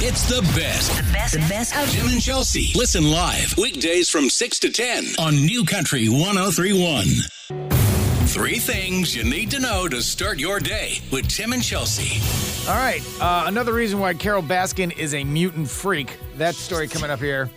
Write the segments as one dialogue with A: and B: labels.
A: It's the best. The best. The best of Jim and Chelsea. Listen live weekdays from 6 to 10 on New Country 1031. Three things you need to know to start your day with Tim and Chelsea.
B: All right. Uh, another reason why Carol Baskin is a mutant freak. That story coming up here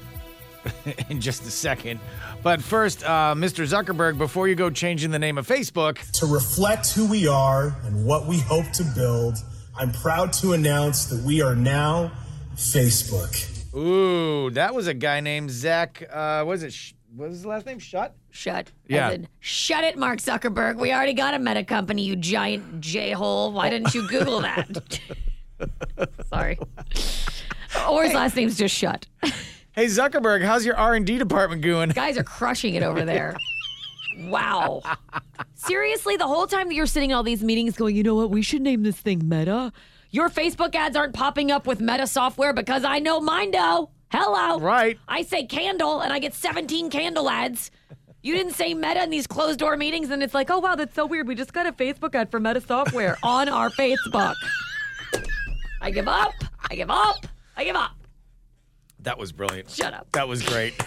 B: in just a second. But first, uh, Mr. Zuckerberg, before you go changing the name of Facebook,
C: To reflect who we are and what we hope to build, I'm proud to announce that we are now Facebook.
B: ooh, that was a guy named Zach. Uh, was it? Sh- what was his last name? Shut.
D: Shut. As
B: Yeah.
D: in, shut it, Mark Zuckerberg. We already got a meta company, you giant j hole. Why didn't you Google that? Sorry. Or his last name's just Shut.
B: Hey Zuckerberg, how's your R and D department going?
D: Guys are crushing it over there. Wow. Seriously, the whole time that you're sitting in all these meetings going, you know what, we should name this thing Meta. Your Facebook ads aren't popping up with Meta software because I know mine do. Hello.
B: Right.
D: I say candle and I get 17 candle ads. You didn't say Meta in these closed door meetings, and it's like, oh, wow, that's so weird. We just got a Facebook ad for Meta software on our Facebook. I give up. I give up. I give up.
B: That was brilliant.
D: Shut up.
B: That was great.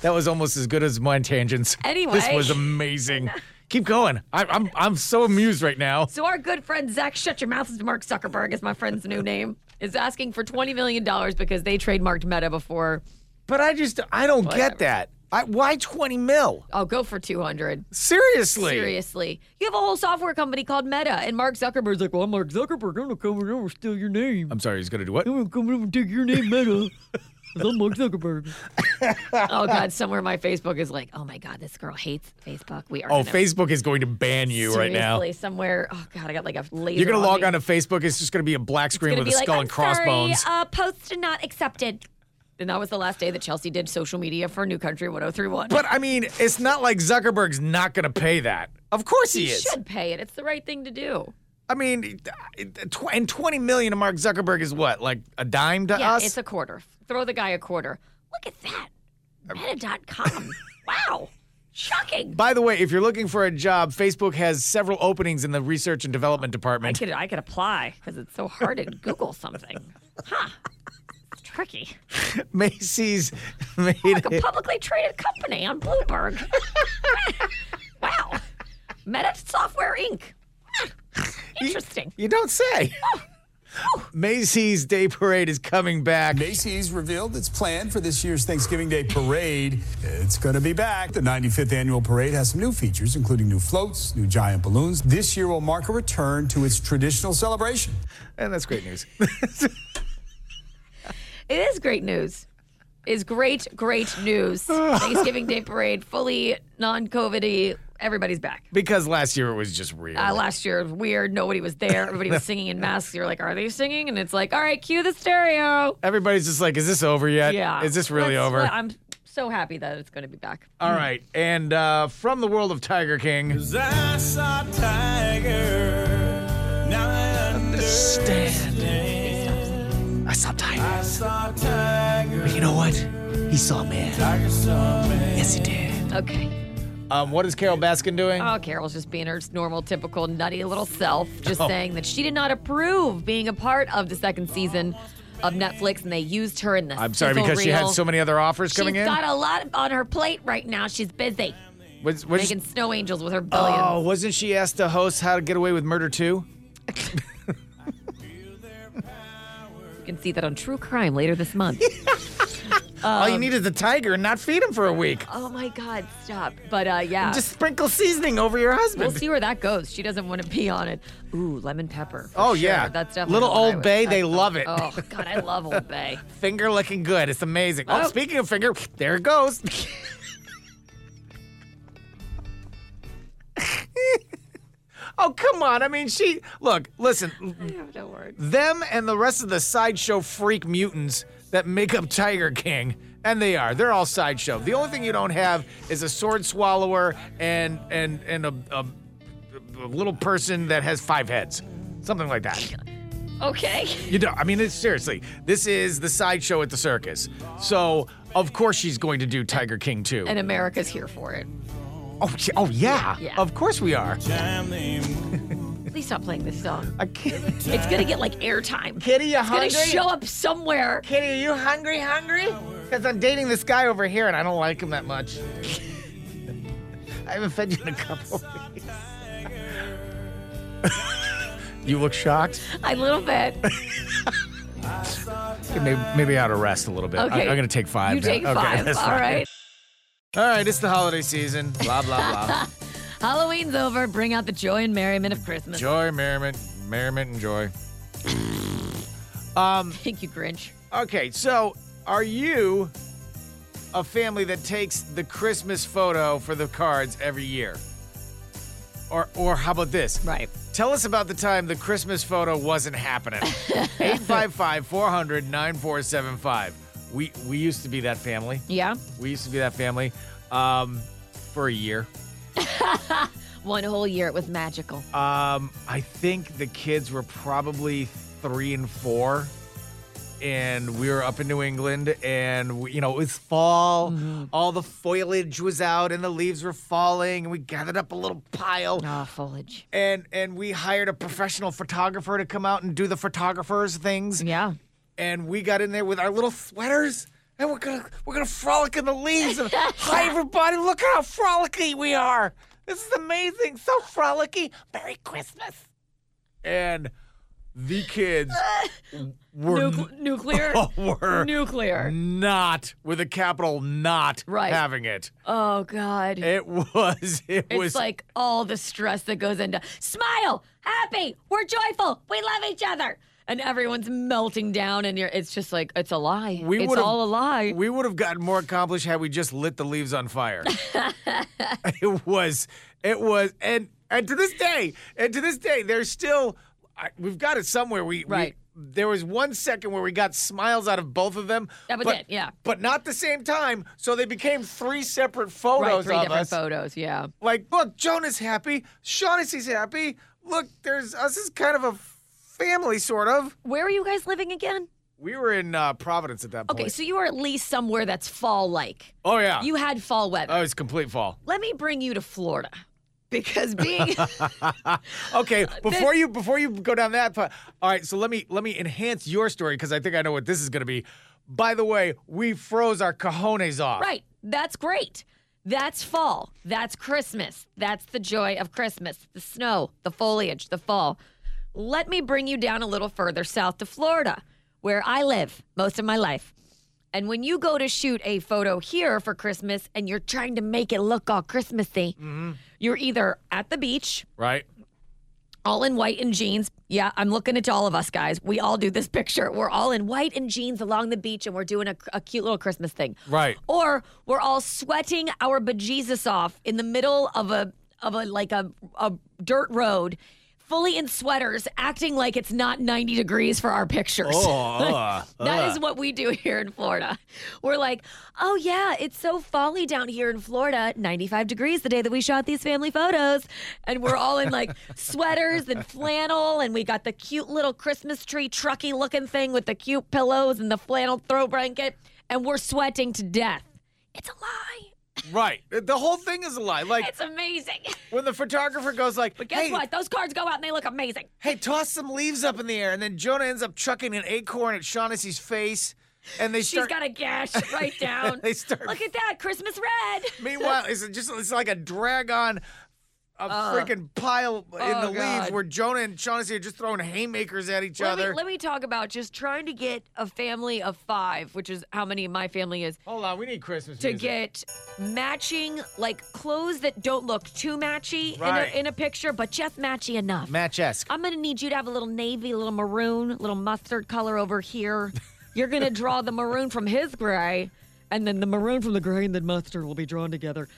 B: that was almost as good as mine tangents. this
D: Anyway.
B: was amazing. Keep going. I, I'm I'm so amused right now.
D: So our good friend Zach, shut your mouth, is Mark Zuckerberg is my friend's new name, is asking for twenty million dollars because they trademarked Meta before.
B: But I just I don't
D: Whatever.
B: get that. I, why twenty mil?
D: I'll go for two hundred.
B: Seriously.
D: Seriously, you have a whole software company called Meta, and Mark Zuckerberg's like, "Well, I'm Mark Zuckerberg. I'm gonna come over and steal your name.
B: I'm sorry. He's gonna do what?
D: I'm gonna come over and take your name, Meta." 'cause I'm Mark Zuckerberg. oh God! Somewhere my Facebook is like, oh my God, this girl hates Facebook. We are.
B: Oh,
D: gonna-
B: Facebook is going to ban you right now.
D: Seriously, Somewhere. Oh God, I got like a laser.
B: You're gonna log
D: me.
B: on to Facebook. It's just gonna be a black screen
D: gonna
B: with a
D: be like,
B: skull
D: "I'm
B: and crossbones.
D: Sorry, uh, post not accepted. And that was the last day that Chelsea did social media for New Country 1031.
B: But I mean, it's not like Zuckerberg's not gonna pay that. Of course he,
D: you
B: is.
D: should pay it. It's the right thing to do.
B: I mean, tw- and 20 million to Mark Zuckerberg is what, like a dime to
D: Yeah,
B: us?
D: it's a quarter. Throw the guy a quarter. Look at that. Meta.com. wow. Shocking.
B: By the way, if you're looking for a job, Facebook has several openings in the research and
D: I
B: development department.
D: could, I could apply because it's so hard to Google something. Huh. It's tricky.
B: Macy's made
D: Like a
B: it.
D: publicly traded company on Bloomberg. wow. Meta Software Inc. Interesting.
B: You don't say.
D: Oh.
B: Macy's Day Parade is coming back.
E: Macy's revealed its plan for this year's Thanksgiving Day parade. It's going to be back. The 95th annual parade has some new features, including new floats, new giant balloons. This year will mark a return to its traditional celebration.
B: And that's great news.
D: It is great news. Is great, great news. Thanksgiving Day parade, fully non-COVID-y. Everybody's back.
B: because last year it was just real.
D: Uh, last year, it was weird. Nobody was there. Everybody was singing in masks. You're like, are they singing? And it's like, all right, cue the stereo.
B: Everybody's just like, is this over yet?
D: Yeah.
B: Is this really
D: Let's-
B: over?
D: I'm so happy that it's going to be back.
B: All right. And uh, from the world of Tiger King.
E: I saw Tiger. Now I
B: I saw Tiger.
E: I saw Tiger.
B: But you know what? He saw man.
E: Tiger saw me.
B: Yes, he did.
D: Okay.
B: Um, what is Carol Baskin doing?
D: Oh, Carol's just being her normal, typical, nutty little self, just
B: Oh.
D: saying that she did not approve being a part of the second season of Netflix, and they used her in the
B: I'm sorry
D: sizzle
B: because she had
D: reel.
B: so many other offers
D: She's
B: coming in.
D: got a lot on her plate right now. She's busy
B: Was- was-
D: making snow angels with her billions.
B: oh, wasn't she asked to host How to Get Away with Murder too?
D: You can see that on True Crime later this month.
B: All
D: Um,
B: you need is the tiger and not feed him for a week.
D: oh my God, stop! But uh, yeah,
B: Just sprinkle seasoning over your husband.
D: we'll see where that goes. She doesn't want to be on it. Ooh, lemon pepper. for
B: Oh,
D: sure.
B: yeah.
D: that's definitely
B: Little
D: one I
B: Old
D: would-
B: Bay,
D: I-
B: they love it.
D: Oh God, I love Old Bay.
B: Finger looking good. It's amazing. Oh,
D: Oh.
B: speaking of finger, there it goes. oh, come on. I mean, she. Look, listen,
D: I have no words.
B: them and the rest of the sideshow freak mutants that make up Tiger King. And they are. They're all sideshow. The only thing you don't have is a sword swallower and and and a, a, a little person that has five heads, something like that.
D: Okay.
B: You don't. I mean, it's, seriously, this is the sideshow at the circus. So of course she's going to do Tiger King too.
D: And America's here for it.
B: oh, yeah. oh yeah.
D: Yeah.
B: Of course we are.
D: Please stop playing this song.
B: I can't.
D: It's gonna get like airtime.
B: Kitty, you
D: it's gonna
B: hungry?
D: show up somewhere.
B: Kitty, are you hungry, hungry? Because I'm dating this guy over here and I don't like him that much. I haven't fed you in a couple weeks. you look shocked.
D: A little bit.
B: Maybe, maybe I ought to rest a little bit.
D: Okay.
B: I, am going to take five.
D: You
B: now.
D: take
B: Okay,
D: five. All
B: that's fine.
D: right.
B: All right, it's the holiday season. Blah, blah, blah.
D: Halloween's over. Bring out the joy and merriment of Christmas.
B: joy, merriment, merriment, and joy.
D: Thank you, Grinch.
B: Okay, so are you a family that takes the Christmas photo for the cards every year? Or, or how about this?
D: Right.
B: Tell us about the time the Christmas photo wasn't happening. 855 400 9475. We we used to be that family.
D: Yeah.
B: We used to be that family um, for a year.
D: One whole year. It was magical.
B: Um, I think the kids were probably three and four, and we were up in New England, and we, you know it was fall. All the foliage was out, and the leaves were falling, and we gathered up a little pile.
D: Ah, foliage.
B: And, and we hired a professional photographer to come out and do the photographer's things.
D: Yeah.
B: and we got in there with our little sweaters and we're gonna we're gonna frolic in the leaves and hi everybody look at how frolicky we are this is amazing so frolicky merry christmas and the kids were, Oh,
D: Nuc- nuclear.
B: were
D: nuclear.
B: not with a capital not
D: Right.
B: having it
D: Oh God.
B: it was it
D: it's
B: was
D: like all the stress that goes into smile, happy, we're joyful, we love each other, and everyone's melting down, and you're. It's just like it's a lie.
B: we
D: it's
B: would've-
D: all a lie.
B: We would have gotten more accomplished had we just lit the leaves on fire. it was, it was, and and to this day, and to this day, there's still, I, we've got it somewhere. We we-
D: Right.
B: there was one second where we got smiles out of both of them.
D: That was
B: but,
D: it, yeah.
B: But not the same time, so they became three separate
D: right,
B: photos
D: three
B: of
D: different
B: us.
D: photos. Yeah.
B: Like, look, Jonah's happy. Shaughnessy's happy. Look, there's us is kind of a family, sort of.
D: Where are you guys living again?
B: We were in uh, Providence at that point.
D: Okay, so you are at least somewhere that's fall like.
B: oh yeah,
D: You had fall weather.
B: oh it's complete fall.
D: Let me bring you to Florida. Because being
B: Okay, before you before you go down that path. All right, so let me let me enhance your story because I think I know what this is going to be. By the way, we froze our cojones off.
D: right, that's great. That's fall. That's Christmas. That's the joy of Christmas. The snow, the foliage, the fall. Let me bring you down a little further south to Florida, where I live most of my life. And when you go to shoot a photo here for Christmas and you're trying to make it look all Christmassy, you're either at the beach
B: Right.
D: all in white and jeans. Yeah, I'm looking at all of us guys. We all do this picture. We're all in white and jeans along the beach and we're doing a, a cute little Christmas thing.
B: Right.
D: Or we're all sweating our bejesus off in the middle of a of a like a, a dirt road, fully in sweaters, acting like it's not 90 degrees for our pictures.
B: Oh.
D: That is what we do here in Florida. We're like, oh yeah, it's so folly down here in Florida. 95 degrees the day that we shot these family photos, and we're all in like sweaters and flannel, and we got the cute little Christmas tree trucky looking thing with the cute pillows and the flannel throw blanket, and we're sweating to death. It's a lie.
B: right. The whole thing is a lie. Like
D: It's amazing.
B: when the photographer goes like,
D: But guess
B: "Hey,
D: what? Those cards go out and they look amazing.
B: hey, toss some leaves up in the air," and then Jonah ends up chucking an acorn at Shaughnessy's face, and they
D: She's
B: start.
D: got a gash right down.
B: They start-
D: Look at that Christmas red.
B: meanwhile, it's just it's like a drag on. A freaking pile in
D: Uh. Oh,
B: the leaves
D: God.
B: where Jonah and Shaughnessy are just throwing haymakers at each
D: Let me,
B: other.
D: let me talk about just trying to get a family of five, which is how many my family is,
B: Hold on, we need Christmas
D: to
B: music.
D: get matching like clothes that don't look too matchy
B: Right.
D: in, a, in a picture, but just matchy enough.
B: Match esque.
D: I'm gonna need you to have a little navy, a little maroon, a little mustard color over here. You're gonna draw the maroon from his gray, and then the maroon from the gray and the mustard will be drawn together.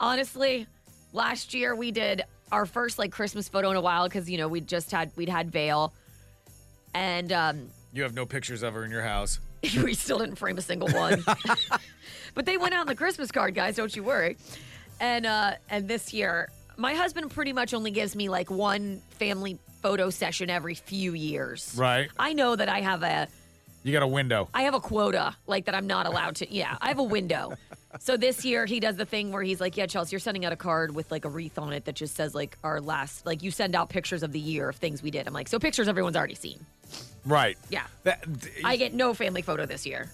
D: Honestly, last year we did our first like Christmas photo in a while because you know we just had we'd had Veil, and um,
B: You have no pictures of her in your house.
D: we still didn't frame a single one. but they went out on the Christmas card, guys. Don't you worry. And uh, and this year, my husband pretty much only gives me like one family photo session every few years.
B: Right.
D: I know that I have a
B: You got a window.
D: I have a quota, like that I'm not allowed to. Yeah, I have a window. so this year he does the thing where he's like, "Yeah, Chelsea, you're sending out a card with like a wreath on it that just says like our last, like you send out pictures of the year of things we did." I'm like, "So pictures everyone's already seen."
B: Right.
D: Yeah.
B: That,
D: I get no family photo this year.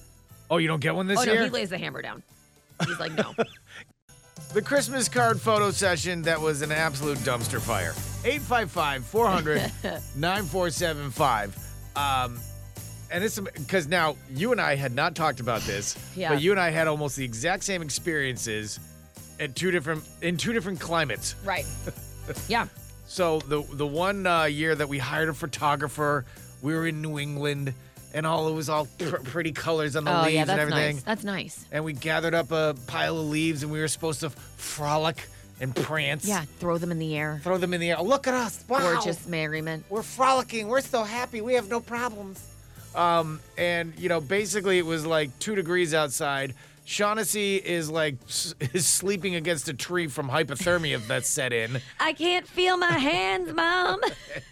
B: oh, you don't get one this
D: oh no,
B: year?
D: he lays the hammer down. He's like, "No."
B: the Christmas card photo session that was an absolute dumpster fire. 855 400 9475. Um, and it's because now you and I had not talked about this,
D: Yeah.
B: but you and I had almost the exact same experiences at two different in two different climates.
D: right. Yeah.
B: So the the one uh, year that we hired a photographer, we were in New England, and all it was all pr- pretty colors on the
D: Oh
B: leaves
D: yeah,
B: and
D: that's
B: everything
D: nice. That's nice.
B: and we gathered up a pile of leaves and we were supposed to frolic and prance.
D: Yeah, throw them in the air.
B: Throw them in the air. Oh, Look at us. Wow.
D: Gorgeous merriment.
B: We're frolicking. We're so happy. We have no problems. Um, and, you know, basically it was like two degrees outside. Shaughnessy is like s- is sleeping against a tree from hypothermia that's set in.
D: I can't feel my hands, mom.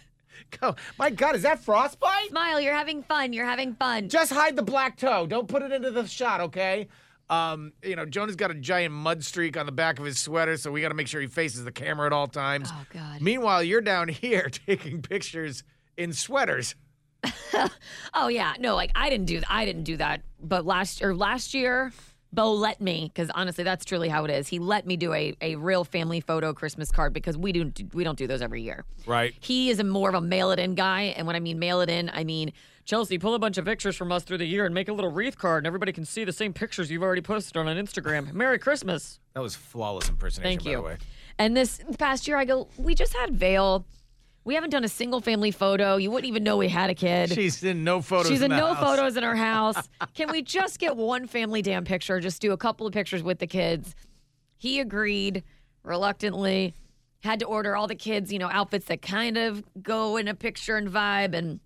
B: Go- My God, is that frostbite?
D: Smile, you're having fun. You're having fun.
B: Just hide the black toe. Don't put it into the shot, okay? Um, you know, Jonah's got a giant mud streak on the back of his sweater, so we got to make sure he faces the camera at all times.
D: Oh, God.
B: Meanwhile, you're down here taking pictures in sweaters.
D: Oh yeah, no, like I didn't do I didn't do that. But last or last year, Bo let me because honestly, that's truly how it is. He let me do a, a real family photo Christmas card because we do we don't do those every year.
B: Right.
D: He is a more of a mail it in guy, and when I mean mail it in, I mean Chelsea pull a bunch of pictures from us through the year and make a little wreath card, and everybody can see the same pictures you've already posted on an Instagram. Merry Christmas.
B: That was flawless impersonation,
D: Thank
B: by
D: you.
B: the way.
D: And this past year, I go, we just had Vale. We haven't done a single family photo. You wouldn't even know we had a kid.
B: She's in no photos.
D: She's
B: in
D: in
B: the
D: no
B: house.
D: photos in her house. Can we just get one family damn picture? Just do a couple of pictures with the kids. He agreed reluctantly. Had to order all the kids, you know, outfits that kind of go in a picture and vibe, and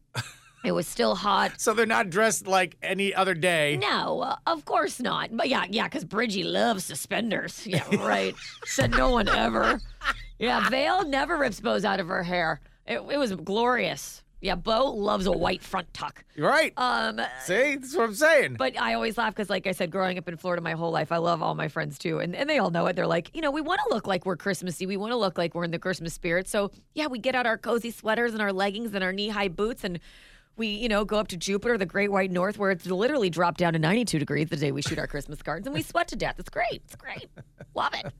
D: it was still hot.
B: So they're not dressed like any other day.
D: No, uh, of course not. But yeah, yeah, because Bridgie loves suspenders. Yeah, right. Said no one ever. Yeah, Vale never rips bows out of her hair. It, it was glorious. Yeah, Bo loves a white front tuck.
B: Right.
D: Um,
B: See, that's what I'm saying.
D: But I always laugh because, like I said, growing up in Florida my whole life, I love all my friends too. And, and they all know it. They're like, you know, we want to look like we're Christmassy. We want to look like we're in the Christmas spirit. So, yeah, we get out our cozy sweaters and our leggings and our knee high boots and we, you know, go up to Jupiter, the great white north, where it's literally dropped down to 92 degrees the day we shoot our Christmas cards and we sweat to death. It's great. It's great. Love it.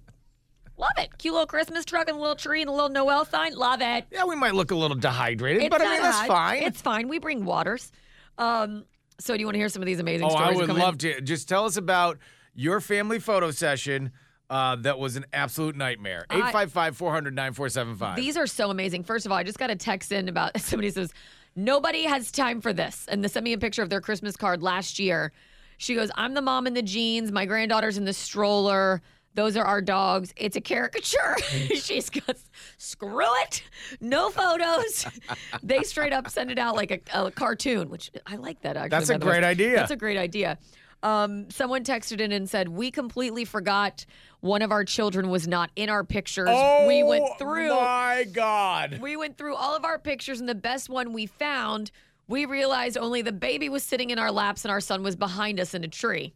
D: Love it. Cute little Christmas truck and a little tree and a little Noel sign. Love it.
B: yeah, we might look a little dehydrated,
D: It's
B: but I
D: not
B: mean that's
D: hot.
B: fine.
D: It's fine. We bring waters. Um, so do you want to hear some of these amazing
B: oh,
D: stories?
B: I
D: that
B: would
D: come in?
B: love to. Just tell us about your family photo session uh, that was an absolute nightmare.
D: I-
B: 855 400 9475.
D: These are so amazing. First of all, I just got a text in about somebody says, Nobody has time for this. And they sent me a picture of their Christmas card last year. She goes, I'm the mom in the jeans. My granddaughter's in the stroller. Those are our dogs. It's a caricature. She's got, screw it. No photos. they straight up send it out like a, a cartoon, which I like that actually.
B: That's a
D: by the way.
B: great idea.
D: That's a great idea. Um, someone texted in and said, We completely forgot one of our children was not in our pictures. we went through
B: Oh My God.
D: we went through all of our pictures, and the best one we found, we realized only the baby was sitting in our laps and our son was behind us in a tree.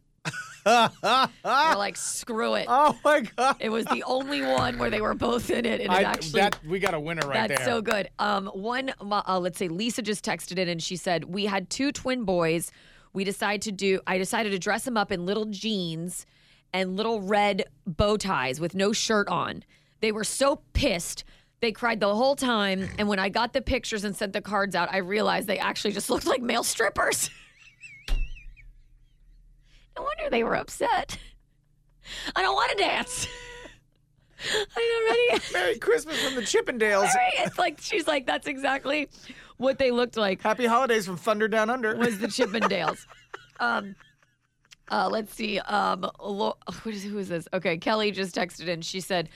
D: We're like, screw it.
B: Oh my God.
D: It was the only one where they were both in it. And it
B: I,
D: actually,
B: that we got a winner right
D: that's
B: there.
D: so good. Um, one, uh, let's say Lisa just texted in and she said, We had two twin boys. We decided to do, I decided to dress them up in little jeans and little red bow ties with no shirt on. They were so pissed. They cried the whole time. And when I got the pictures and sent the cards out, I realized they actually just looked like male strippers. no wonder they were upset. I don't want to dance. I'm already.
B: Merry Christmas from the Chippendales.
D: Right? It's like she's like, that's exactly what they looked like
B: Happy holidays from Thunder Down Under.
D: was the Chippendales. um, uh, let's see. Um, Lo- what is, who is this? Okay, Kelly just texted in. She said,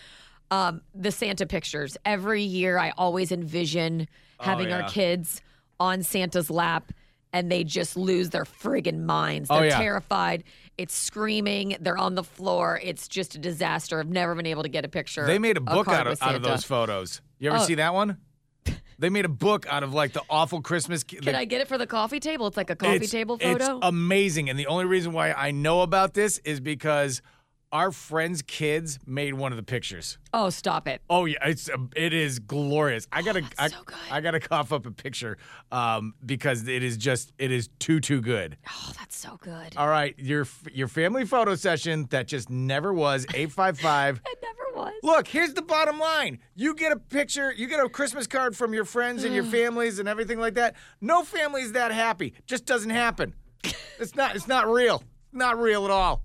D: um, the Santa pictures. Every year, I always envision having
B: Oh, yeah.
D: our kids on Santa's lap. And they just lose their friggin' minds. They're
B: Oh, yeah.
D: terrified. It's screaming. They're on the floor. It's just a disaster. I've never been able to get a picture.
B: They made a book
D: card
B: out of,
D: with
B: out of
D: Santa.
B: those photos. You ever
D: Oh.
B: see that one? They made a book out of like the awful Christmas.
D: Can I get it for the coffee table? It's like a coffee
B: it's,
D: table
B: it's
D: photo.
B: amazing. And the only reason why I know about this is because our friend's kids made one of the pictures.
D: oh, stop it.
B: Oh yeah, it's um, it is glorious. I gotta I,
D: Oh, so good.
B: I gotta cough up a picture um, because it is just it is too too good.
D: Oh, that's so good.
B: All right, your f- your family photo session that just never was eight five five.
D: It never was.
B: Look, here's the bottom line. You get a picture, you get a Christmas card from your friends and your families and everything like that. No family's that happy. Just doesn't happen. It's not it's not real. Not real at all.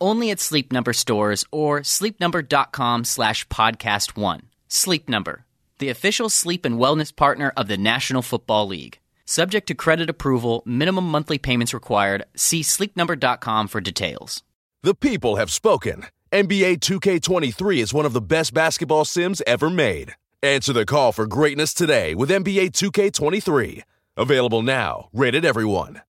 F: Only at Sleep Number stores or sleepnumber.com slash podcast one. Sleep Number, the official sleep and wellness partner of the National Football League. Subject to credit approval, minimum monthly payments required. See sleepnumber.com for details.
G: The people have spoken. NBA 2K23 is one of the best basketball sims ever made. Answer the call for greatness today with NBA 2K23. Available now, rated everyone.